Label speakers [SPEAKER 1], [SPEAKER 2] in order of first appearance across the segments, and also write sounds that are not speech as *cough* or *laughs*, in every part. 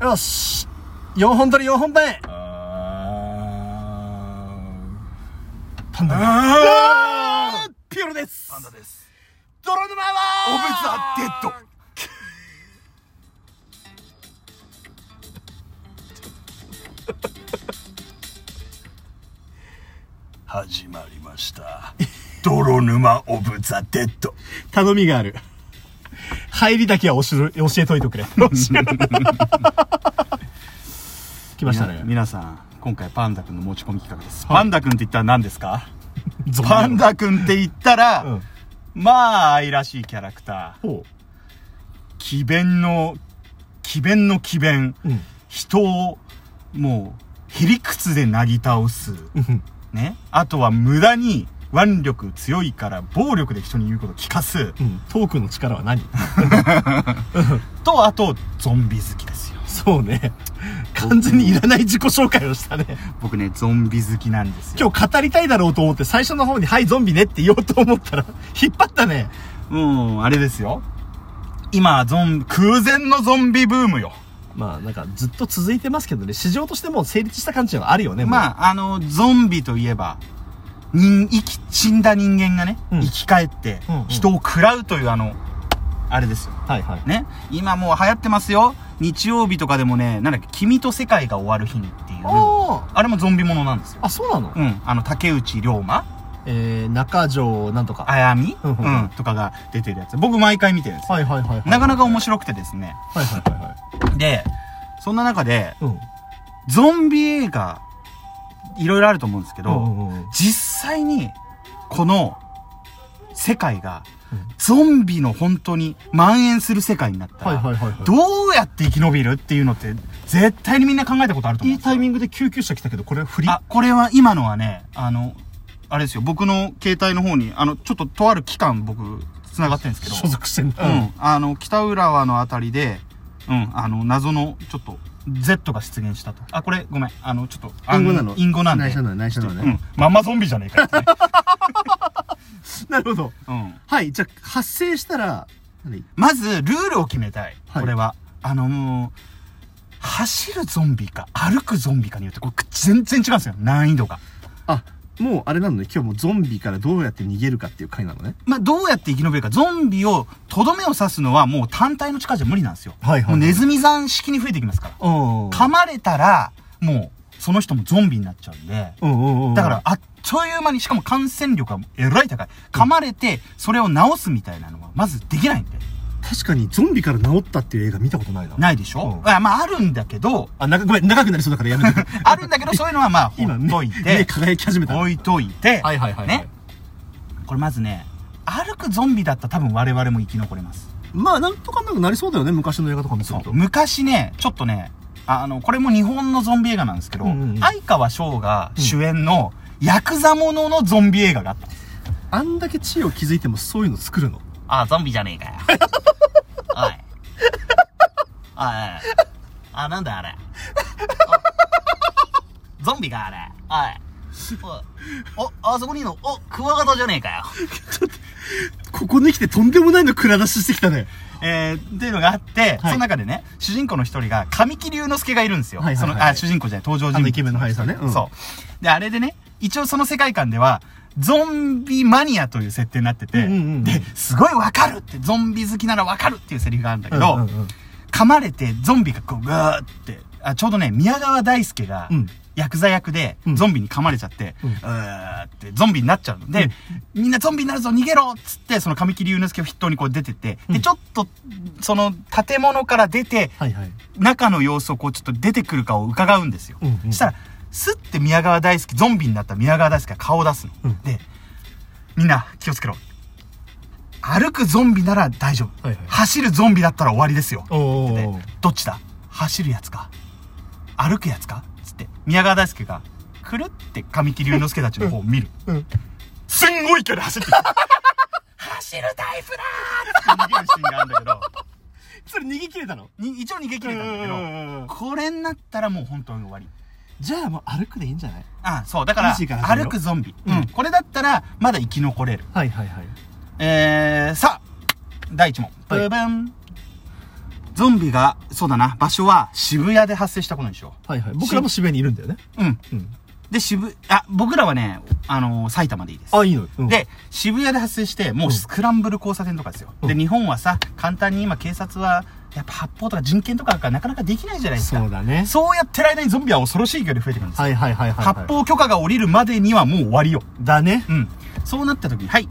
[SPEAKER 1] よし4本取り4本目
[SPEAKER 2] あ
[SPEAKER 1] パンダが
[SPEAKER 2] あピエロです
[SPEAKER 1] パンダです泥沼は
[SPEAKER 2] オブザデッド始まりました泥沼オブザデッド
[SPEAKER 1] 頼みがある入りだけは教え教えといてく
[SPEAKER 3] *laughs*
[SPEAKER 1] れ来ましたね
[SPEAKER 3] 皆さん今回パンダくんの持ち込み企画です、パンダくんって言ったら何ですかパ
[SPEAKER 1] パ
[SPEAKER 3] ン
[SPEAKER 1] ンダ
[SPEAKER 3] ダくんって言ったら、
[SPEAKER 1] うん
[SPEAKER 3] まあ愛らしいキャラクター
[SPEAKER 1] ほ
[SPEAKER 3] 詭弁の詭弁の詭弁、
[SPEAKER 1] ううん
[SPEAKER 3] 人をもうへりくつでなぎ倒す、
[SPEAKER 1] うん
[SPEAKER 3] ねあとは無駄に腕力強いから暴力で人に言うこと聞かす
[SPEAKER 1] うんトークの力は何
[SPEAKER 3] とあとゾンビ好きですよ
[SPEAKER 1] そうね完全にいらない自己紹介をしたね
[SPEAKER 3] 僕ねゾンビ好きなんですよ
[SPEAKER 1] 今日語りたいだろうと思って最初の方に「はいゾンビね」って言おうと思ったら引っ張ったね
[SPEAKER 3] もうあれですよ今ゾン空前のゾンビブームよ
[SPEAKER 1] まあなんかずっと続いてますけどね市場としてもう成立した感じはあるよねあ
[SPEAKER 3] まああのゾンビといえば人生き死んだ人間がね、
[SPEAKER 1] うん
[SPEAKER 3] 生き返って
[SPEAKER 1] うんうん
[SPEAKER 3] 人を食らうというあのあれですよ
[SPEAKER 1] はいはい
[SPEAKER 3] ね今もう流行ってますよ日曜日とかでもねなんだっけ「君と世界が終わる日に」っていう
[SPEAKER 1] あ
[SPEAKER 3] あれもゾンビものなんですよ
[SPEAKER 1] ああそうなの、
[SPEAKER 3] うんあの竹内涼真
[SPEAKER 1] えー、中条なんとか
[SPEAKER 3] あやみ、
[SPEAKER 1] う
[SPEAKER 3] うんん
[SPEAKER 1] うん
[SPEAKER 3] とかが出てるやつ僕毎回見てるんですよ
[SPEAKER 1] はいはいはいはい
[SPEAKER 3] なかなか面
[SPEAKER 1] 白
[SPEAKER 3] 白くてですね
[SPEAKER 1] いはいはいはいはい
[SPEAKER 3] でそんな中で
[SPEAKER 1] うん
[SPEAKER 3] ゾンビ映画いろいろあると思うんですけど、
[SPEAKER 1] うんうんうん
[SPEAKER 3] 実際にこの世界が
[SPEAKER 1] うん
[SPEAKER 3] ゾンビの本当に蔓延する世界になった
[SPEAKER 1] はい
[SPEAKER 3] ら、
[SPEAKER 1] はいはいはい
[SPEAKER 3] どうやって生き延びるっていうのって絶対にみんな考えたことあると思
[SPEAKER 1] いうい
[SPEAKER 3] んですよ
[SPEAKER 1] タイミングで救急車来たけどこれ振り
[SPEAKER 3] あこれは今のはねあのあれですよ僕の携帯の方にあのちょっととある機関僕つながってるんですけど
[SPEAKER 1] 所属してん
[SPEAKER 3] う
[SPEAKER 1] だ、
[SPEAKER 3] ん、あの北浦和のあたりで、うん、あの謎のちょっと Z が出現したとあこれごめんあのちょっとあ
[SPEAKER 1] 隠語なの
[SPEAKER 3] 隠語なんで
[SPEAKER 1] 内緒なの内緒なのね
[SPEAKER 3] ちょっとうん、まんまゾンビじゃねえかって
[SPEAKER 1] *laughs*
[SPEAKER 3] ね、
[SPEAKER 1] なるほど
[SPEAKER 3] うん、
[SPEAKER 1] はいじゃあ発生したら何
[SPEAKER 3] まずルールを決めたい、
[SPEAKER 1] はい
[SPEAKER 3] これはあのもう走るゾンビか歩くゾンビかによってこれ全然違うんですよ難易度が、
[SPEAKER 1] あもうあれなのね今日もゾンビからどうやって逃げるかっていう回なのね
[SPEAKER 3] まあ、どうやって生き延びるかゾンビをとどめを刺すのはもう単体の力じゃ無理なんですよ、
[SPEAKER 1] はいはい
[SPEAKER 3] もうネズミ山式に増えてきますから
[SPEAKER 1] うん
[SPEAKER 3] 噛まれたらもうその人もゾンビになっちゃうんで
[SPEAKER 1] うんうんうん
[SPEAKER 3] だから、あっという間に、しかも感染力がえらい高い。噛まれて、それを治すみたいなのは、まずできないんで。
[SPEAKER 1] 確かにゾンビから治ったっていう映画見たことないな
[SPEAKER 3] ないでしょ、
[SPEAKER 1] うん
[SPEAKER 3] あまあ、あるんだけど、
[SPEAKER 1] あなごめん長くなりそうだからやめて
[SPEAKER 3] あるんだけど、そういうのはまあ、
[SPEAKER 1] *laughs*
[SPEAKER 3] ほ
[SPEAKER 1] 今
[SPEAKER 3] っ
[SPEAKER 1] ね
[SPEAKER 3] とい
[SPEAKER 1] 目
[SPEAKER 3] て、
[SPEAKER 1] 輝き始めた
[SPEAKER 3] 置いといて、
[SPEAKER 1] はいはいはいはい
[SPEAKER 3] ね。これまずね、歩くゾンビだったら多分我々も生き残れます。
[SPEAKER 1] まあなんとかなくなりそうだよね昔の映画とか見てると
[SPEAKER 3] 昔ね、ちょっとね、あの、これも日本のゾンビ映画なんですけど、
[SPEAKER 1] うんうんうん
[SPEAKER 3] 相川翔が主演の、ヤクザもののゾンビ映画があった。
[SPEAKER 1] あんだけ地位を築いてもそういうの作るの
[SPEAKER 3] ああ、ゾンビじゃねえかよ。 *laughs* おい。おい。あ、なんだあれ。おゾンビか、あれ。おい。お、あそこにいるの、お、クワガタじゃねえかよ。
[SPEAKER 1] ここに来てとんでもないの蔵出ししてきたね
[SPEAKER 3] えー、っていうのがあっ
[SPEAKER 1] は
[SPEAKER 3] て、
[SPEAKER 1] い
[SPEAKER 3] その中でね、主人公の一人が、神木隆之介がいるんですよ。
[SPEAKER 1] はいはいはい
[SPEAKER 3] その、あ、主人公じゃない、登場人物。
[SPEAKER 1] あのイケメンの俳優さんねうん
[SPEAKER 3] そう。で、あれでね、一応その世界観では、ゾンビマニアという設定になってて、
[SPEAKER 1] うんうんうん
[SPEAKER 3] で、すごいわかるって、ゾンビ好きならわかるっていうセリフがあるんだけ
[SPEAKER 1] うん
[SPEAKER 3] ど、
[SPEAKER 1] うんうん
[SPEAKER 3] 噛まれてゾンビがこうガーってあちょうどね宮川大輔が
[SPEAKER 1] うん
[SPEAKER 3] 薬剤役で
[SPEAKER 1] うん
[SPEAKER 3] ゾンビに噛まれちゃって、
[SPEAKER 1] う
[SPEAKER 3] うんーってゾンビになっちゃうので、みんなゾンビになるぞ逃げろっつってその神木隆之介を筆頭にこう出てって、
[SPEAKER 1] う
[SPEAKER 3] で
[SPEAKER 1] ん
[SPEAKER 3] ちょっとその建物から出て
[SPEAKER 1] はいはい
[SPEAKER 3] 中の様子をこうちょっと出てくるかを伺うんですよ、
[SPEAKER 1] うんうん
[SPEAKER 3] そしたらスッて宮川大輔ゾンビになった宮川大輔が顔を出すの、
[SPEAKER 1] うん
[SPEAKER 3] でみんな気をつけろ歩くゾンビなら大丈夫、
[SPEAKER 1] はいはい
[SPEAKER 3] 走るゾンビだったら終わりですよ
[SPEAKER 1] お
[SPEAKER 3] でどっちだ走るやつか歩くやつかつって宮川大輔がくるって神木隆之介たちの方を見る、
[SPEAKER 1] うんうん
[SPEAKER 3] *laughs* すんごい勢いで走ってくる走るタイプだーって逃げるシーンがあるんだけど
[SPEAKER 1] それ逃げ切れたの
[SPEAKER 3] に一応逃げ切れたんだけど、
[SPEAKER 1] うん
[SPEAKER 3] これになったらもう本当に終わり
[SPEAKER 1] じゃあもう歩くでいいんじゃない
[SPEAKER 3] あそうだから
[SPEAKER 1] いい時間始めよう
[SPEAKER 3] 歩くゾンビ、
[SPEAKER 1] うん
[SPEAKER 3] うんこれだったらまだ生き残れる
[SPEAKER 1] はいはいはい
[SPEAKER 3] えー、さあ第1問、
[SPEAKER 1] はい
[SPEAKER 3] ブブンゾンビが、そうだな、場所は渋谷で発生したことにしよ
[SPEAKER 1] はいはい。僕らも渋谷にいるんだよね。
[SPEAKER 3] う。うん。
[SPEAKER 1] うん。
[SPEAKER 3] で、渋、あ、僕らはね、あのー埼玉でいいです。
[SPEAKER 1] あ、いいのよ。うん、
[SPEAKER 3] で、渋谷で発生して、もうスクランブル交差点とかですよ。
[SPEAKER 1] うん
[SPEAKER 3] で、日本はさ、簡単に今警察は、やっぱ発砲とか人権とかがなかなかできないじゃないですか。
[SPEAKER 1] そうだね。
[SPEAKER 3] そうやってる間にゾンビは恐ろしい勢いで増えてくるんですよ。
[SPEAKER 1] はいはいはいはい、はい。
[SPEAKER 3] 発砲許可が下りるまでにはもう終わりよ。
[SPEAKER 1] だね。
[SPEAKER 3] うん。そうなった時に、はい。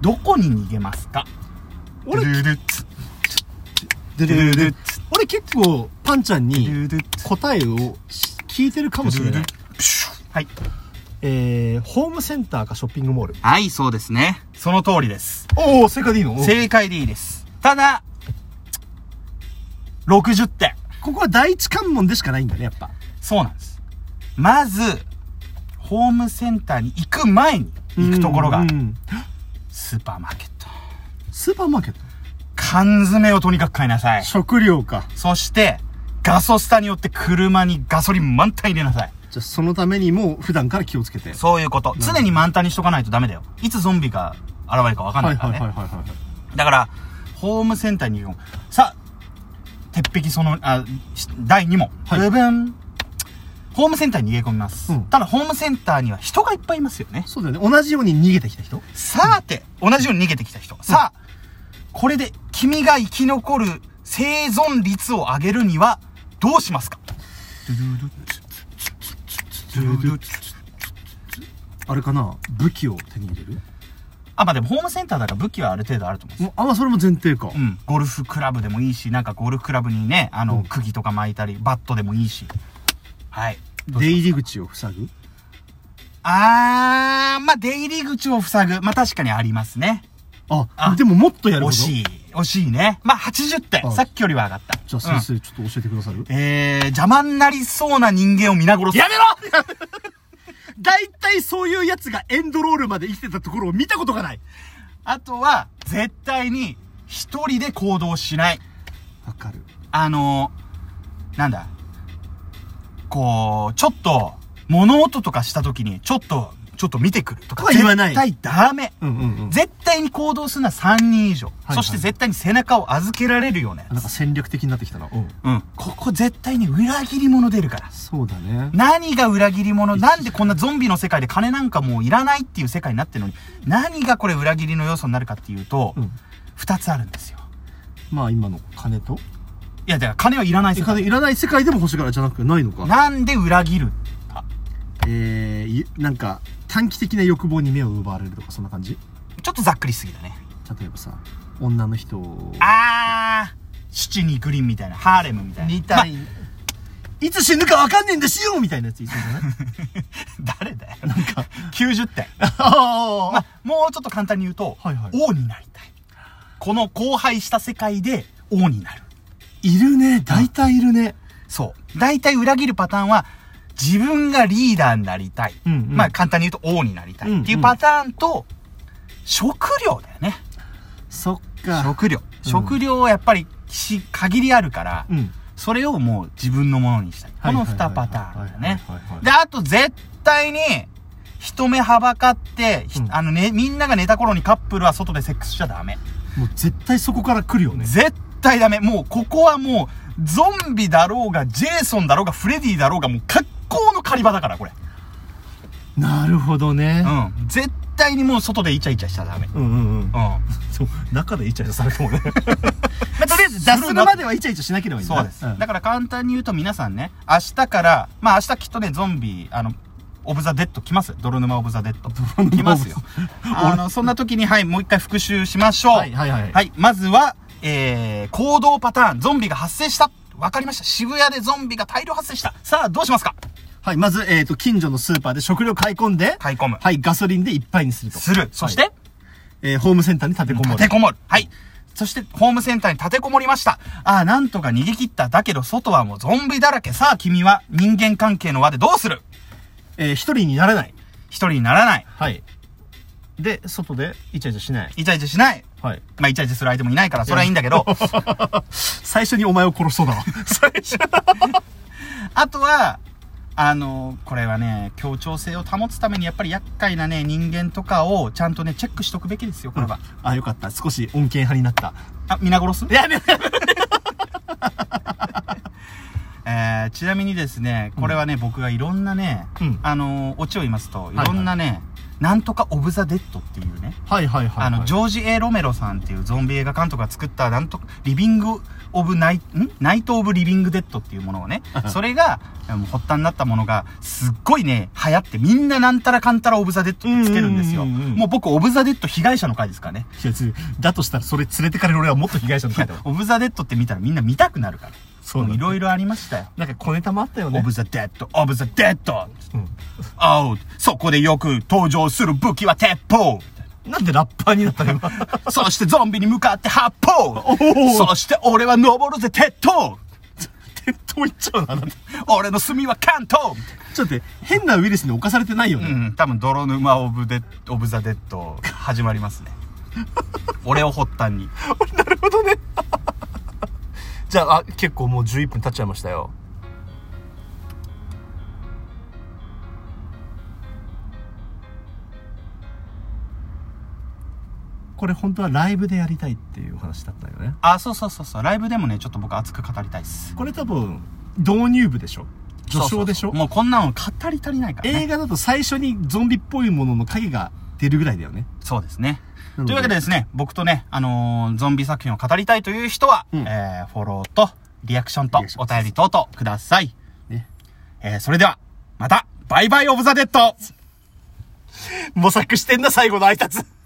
[SPEAKER 3] どこに逃げますか
[SPEAKER 1] 俺
[SPEAKER 3] ドゥルルッツドゥルルッツ
[SPEAKER 1] 俺結構、パンちゃん
[SPEAKER 3] ドゥ
[SPEAKER 1] に
[SPEAKER 3] ルルッツ
[SPEAKER 1] 答えを聞いてるかもしれない。
[SPEAKER 3] プシュッはい。
[SPEAKER 1] えー、ホームセンターかショッピングモール。
[SPEAKER 3] はい、そうですね。その通りです。
[SPEAKER 1] おお、正解でいいの
[SPEAKER 3] 正解でいいです。ただ、60点。
[SPEAKER 1] ここは第一関門でしかないんだね、やっぱ。
[SPEAKER 3] そうなんです。まず、ホームセンターに行く前に行くところが
[SPEAKER 1] う、ん
[SPEAKER 3] スーパーマーケット。
[SPEAKER 1] スーパーマーケット
[SPEAKER 3] 缶詰をとにかく買いなさい。
[SPEAKER 1] 食料か。
[SPEAKER 3] そして、ガソスタによって車にガソリン満タン入れなさい。
[SPEAKER 1] じゃあそのためにも普段から気をつけて。
[SPEAKER 3] そういうこと。常に満タンにしとかないとダメだよ。いつゾンビが現れるかわかんな
[SPEAKER 1] はいい
[SPEAKER 3] か
[SPEAKER 1] はい
[SPEAKER 3] ら
[SPEAKER 1] は
[SPEAKER 3] ね。
[SPEAKER 1] いはいはい。
[SPEAKER 3] だから、ホームセンターに行くさあ、鉄壁その、あ、し第2問。
[SPEAKER 1] はい
[SPEAKER 3] 部分。ホームセンターに逃げ込みます。
[SPEAKER 1] うん
[SPEAKER 3] ただ、ホームセンターには人がいっぱいいますよね。
[SPEAKER 1] そうだよね。同じように逃げてきた人
[SPEAKER 3] さて、同じように逃げてきた人。さあ、これで君が生き残る生存率を上げるには、どうしますか
[SPEAKER 1] あれかな武器を手に入れる
[SPEAKER 3] あ、まあでもホームセンターだから武器はある程度あると思うんですよ
[SPEAKER 1] もうあ、まあそれも前提か。
[SPEAKER 3] うん、ゴルフクラブでもいいし、なんかゴルフクラブにね、あ
[SPEAKER 1] う
[SPEAKER 3] の、
[SPEAKER 1] ん
[SPEAKER 3] 釘とか巻いたり、バットでもいいし。はい。どう
[SPEAKER 1] 出
[SPEAKER 3] し
[SPEAKER 1] 入り口を塞ぐ
[SPEAKER 3] あー、まあ、出入り口を塞ぐ。まあ、確かにありますね。
[SPEAKER 1] あ
[SPEAKER 3] あ
[SPEAKER 1] でももっとやる
[SPEAKER 3] 惜
[SPEAKER 1] こと
[SPEAKER 3] しい。惜しいね。まあ、80点。
[SPEAKER 1] あ
[SPEAKER 3] さっきよりは上がった。
[SPEAKER 1] じゃあ
[SPEAKER 3] うん
[SPEAKER 1] 先生、ちょっと教えてくださる
[SPEAKER 3] えー、邪魔になりそうな人間を皆殺す。
[SPEAKER 1] やめろだいたいそういうやつがエンドロールまで生きてたところを見たことがない。
[SPEAKER 3] あとは、絶対に、一人で行動しない。
[SPEAKER 1] わかる。
[SPEAKER 3] あのなんだ。こう、ちょっと、物音とかした時に、ちょっと、ちょっと見てくるとか。
[SPEAKER 1] は言わない
[SPEAKER 3] 絶対ダメ。
[SPEAKER 1] うんうんうん。
[SPEAKER 3] 絶対に行動するのは3人以上、
[SPEAKER 1] はい
[SPEAKER 3] そして絶対に背中を預けられるようなや
[SPEAKER 1] なんか
[SPEAKER 3] つ。
[SPEAKER 1] 戦略的になってきたな。うん。
[SPEAKER 3] うん。ここ絶対に裏切り者出るから。
[SPEAKER 1] そうだね。
[SPEAKER 3] 何が裏切り者なんでこんなゾンビの世界で金なんかもういらないっていう世界になってるのに、何がこれ裏切りの要素になるかっていうと、
[SPEAKER 1] うん。
[SPEAKER 3] 2つあるんですよ。
[SPEAKER 1] まあ今の金と
[SPEAKER 3] いや、だから金はいらない世界。
[SPEAKER 1] 金いらない世界でも欲しがらじゃなくないのか。
[SPEAKER 3] なんで裏切る
[SPEAKER 1] えー、いなんか短期的な欲望に目を奪われるとかそんな感じ
[SPEAKER 3] ちょっとざっくりしすぎだね。
[SPEAKER 1] 例えばさ女の人を
[SPEAKER 3] あー、七にグリーンみたいな、ハーレムみたいな。
[SPEAKER 1] 似たい、いつ死ぬかわかんねえんだしよみたいなやついそうじゃない
[SPEAKER 3] ま *laughs* 誰だよ。なんか、90点。
[SPEAKER 1] *laughs* あ
[SPEAKER 3] まあ、もうちょっと簡単に言うと、
[SPEAKER 1] はいはい
[SPEAKER 3] 王になりたい。この荒廃した世界で王になる。
[SPEAKER 1] いるね大体いるね
[SPEAKER 3] そう。大体裏切るパターンは、自分がリーダーになりたい。
[SPEAKER 1] うんうん
[SPEAKER 3] まあ、簡単に言うと王になりたいって
[SPEAKER 1] んう
[SPEAKER 3] いうんうパターンと、食料だよね。
[SPEAKER 1] そっか
[SPEAKER 3] 食料。食料はやっぱりし、限りあるから、
[SPEAKER 1] うん
[SPEAKER 3] それをもう自分のものにしたい。この
[SPEAKER 1] はいはいはい
[SPEAKER 3] 2パターンだよね
[SPEAKER 1] はいはいはいは。い
[SPEAKER 3] で、あと絶対に、人目はばかって、ひ
[SPEAKER 1] うん
[SPEAKER 3] あのね、みんなが寝た頃にカップルは外でセックスしちゃダメ。
[SPEAKER 1] もう絶対そこから来るよね
[SPEAKER 3] 絶対ダメ。もう、ここはもう、ゾンビだろうが、ジェイソンだろうが、フレディだろうが、もう格好の狩り場だから、これ。
[SPEAKER 1] なるほどね
[SPEAKER 3] うん。絶対にもう外でイチャイチャしちゃダメ。う
[SPEAKER 1] う
[SPEAKER 3] ん。
[SPEAKER 1] んうんうん
[SPEAKER 3] ま
[SPEAKER 1] そう中でイチャイチャされてもね
[SPEAKER 3] あ、とりあえず
[SPEAKER 1] 脱するまではイチャイチャしなければいいんだ
[SPEAKER 3] そうです。だから簡単に言うと皆さんね、明日から、まあ明日きっとね、ゾンビ、あの、オブザ・デッド来ます。泥沼オブザ・デッド。来ますよ。あの、そんな時に、はい、もう一回復習しましょう。
[SPEAKER 1] はいはいはい
[SPEAKER 3] はい、まずは、えー、行動パターン、ゾンビが発生した。わかりました。渋谷でゾンビが大量発生した。さあ、どうしますか
[SPEAKER 1] はいまずえっ、と近所のスーパーで食料買い込んで
[SPEAKER 3] 買い込む。
[SPEAKER 1] はいガソリンでいっぱいにすると
[SPEAKER 3] する。そして、
[SPEAKER 1] えーホームセンターに立てこも
[SPEAKER 3] 立
[SPEAKER 1] る
[SPEAKER 3] てこもる。はい。そして、ホームセンターに立てこもりました。ああ、なんとか逃げ切った。だけど、外はもうゾンビだらけ。さあ、君は人間関係の輪でどうする
[SPEAKER 1] えー一人にならない
[SPEAKER 3] 一人にならない。
[SPEAKER 1] はい。で、外でイチャイチャしない。
[SPEAKER 3] イチャイチャしない。
[SPEAKER 1] はい。
[SPEAKER 3] まあ、イチャイチャする相手もいないから、それはいいんだ *laughs* けど。
[SPEAKER 1] 最初にお前を殺そうだわ。 *laughs* 最初。
[SPEAKER 3] あとは、あの、これはね、協調性を保つために、やっぱり厄介なね、人間とかを、ちゃんとね、チェックしとくべきですよ、これは。
[SPEAKER 1] あ、よかった。少し恩恵派になった。
[SPEAKER 3] あ、皆殺す
[SPEAKER 1] やめやめ
[SPEAKER 3] ーちなみにですね、これはね、僕がいろんなね、
[SPEAKER 1] うん
[SPEAKER 3] あのーオチを言いますと、い
[SPEAKER 1] はい
[SPEAKER 3] ろんなね、なんとかオブザ・デッドっていうね、
[SPEAKER 1] はいはいはい。
[SPEAKER 3] あの、ジ
[SPEAKER 1] ョ
[SPEAKER 3] ョージ・ A ・ロメロさんっていうゾンビ映画監督が作った、なんと、リビング・オブナイト、んナイト・オブ・リビング・デッドっていうも
[SPEAKER 1] *laughs*
[SPEAKER 3] のをね、それが、あの発端になったものが、すっごいね、流行って、みんななんたらかんたらオブ・ザ・デッドってつけるんですよ。
[SPEAKER 1] うんうんうんうん
[SPEAKER 3] もう僕、オブ・ザ・デッド被害者の回ですからね。
[SPEAKER 1] だとしたらそれ連れてかれる俺はもっと被害者の態度。
[SPEAKER 3] オブ・ザ・デッドって見たらみんな見たくなるから。
[SPEAKER 1] *laughs* そうだね
[SPEAKER 3] いろいろありましたよ。
[SPEAKER 1] なんか小ネタもあったよ
[SPEAKER 3] オ
[SPEAKER 1] ね
[SPEAKER 3] ブ。ザ・デッド、オブザ・デッド
[SPEAKER 1] うん
[SPEAKER 3] おう、そこでよく登場する武器は鉄
[SPEAKER 1] *laughs*
[SPEAKER 3] 砲
[SPEAKER 1] なんでラッパーになった *laughs* の今。
[SPEAKER 3] そしてゾンビに向かって発砲
[SPEAKER 1] お
[SPEAKER 3] そして俺は登るぜ鉄塔
[SPEAKER 1] 鉄塔行っちゃうな。
[SPEAKER 3] 俺の墨は関東
[SPEAKER 1] ちょっと待って、変なウイルスに侵されてないよ
[SPEAKER 3] う
[SPEAKER 1] ね。
[SPEAKER 3] ん、多分泥沼オブデッド、オブザ・デッド始まります
[SPEAKER 1] *laughs*
[SPEAKER 3] ね。俺を発端に。
[SPEAKER 1] じゃあ、あ結構もう11分経っちゃいましたよ。これ本当はライブでやりたいっていうお話だったよね。
[SPEAKER 3] あ、そうそうそうそう。ライブでもね、ちょっと僕熱く語りたいっす。
[SPEAKER 1] これ多分、導入部でしょ序章でし
[SPEAKER 3] そうそうそ
[SPEAKER 1] ょ
[SPEAKER 3] うもうこんなの語り足りないからね。
[SPEAKER 1] 映画だと最初にゾンビっぽいものの影が出るぐらいだよね。
[SPEAKER 3] そうですね。
[SPEAKER 1] なので
[SPEAKER 3] というわけでですね、僕とね、あのーゾンビ作品を語りたいという人は、
[SPEAKER 1] うん
[SPEAKER 3] えー、フォローと、リアクションと
[SPEAKER 1] リアクシ、ョ
[SPEAKER 3] お
[SPEAKER 1] ン
[SPEAKER 3] 便り等々ください。
[SPEAKER 1] ね。
[SPEAKER 3] えー、それでは、また、バイバイオブザデッド
[SPEAKER 1] 模索してんな、最後の挨拶。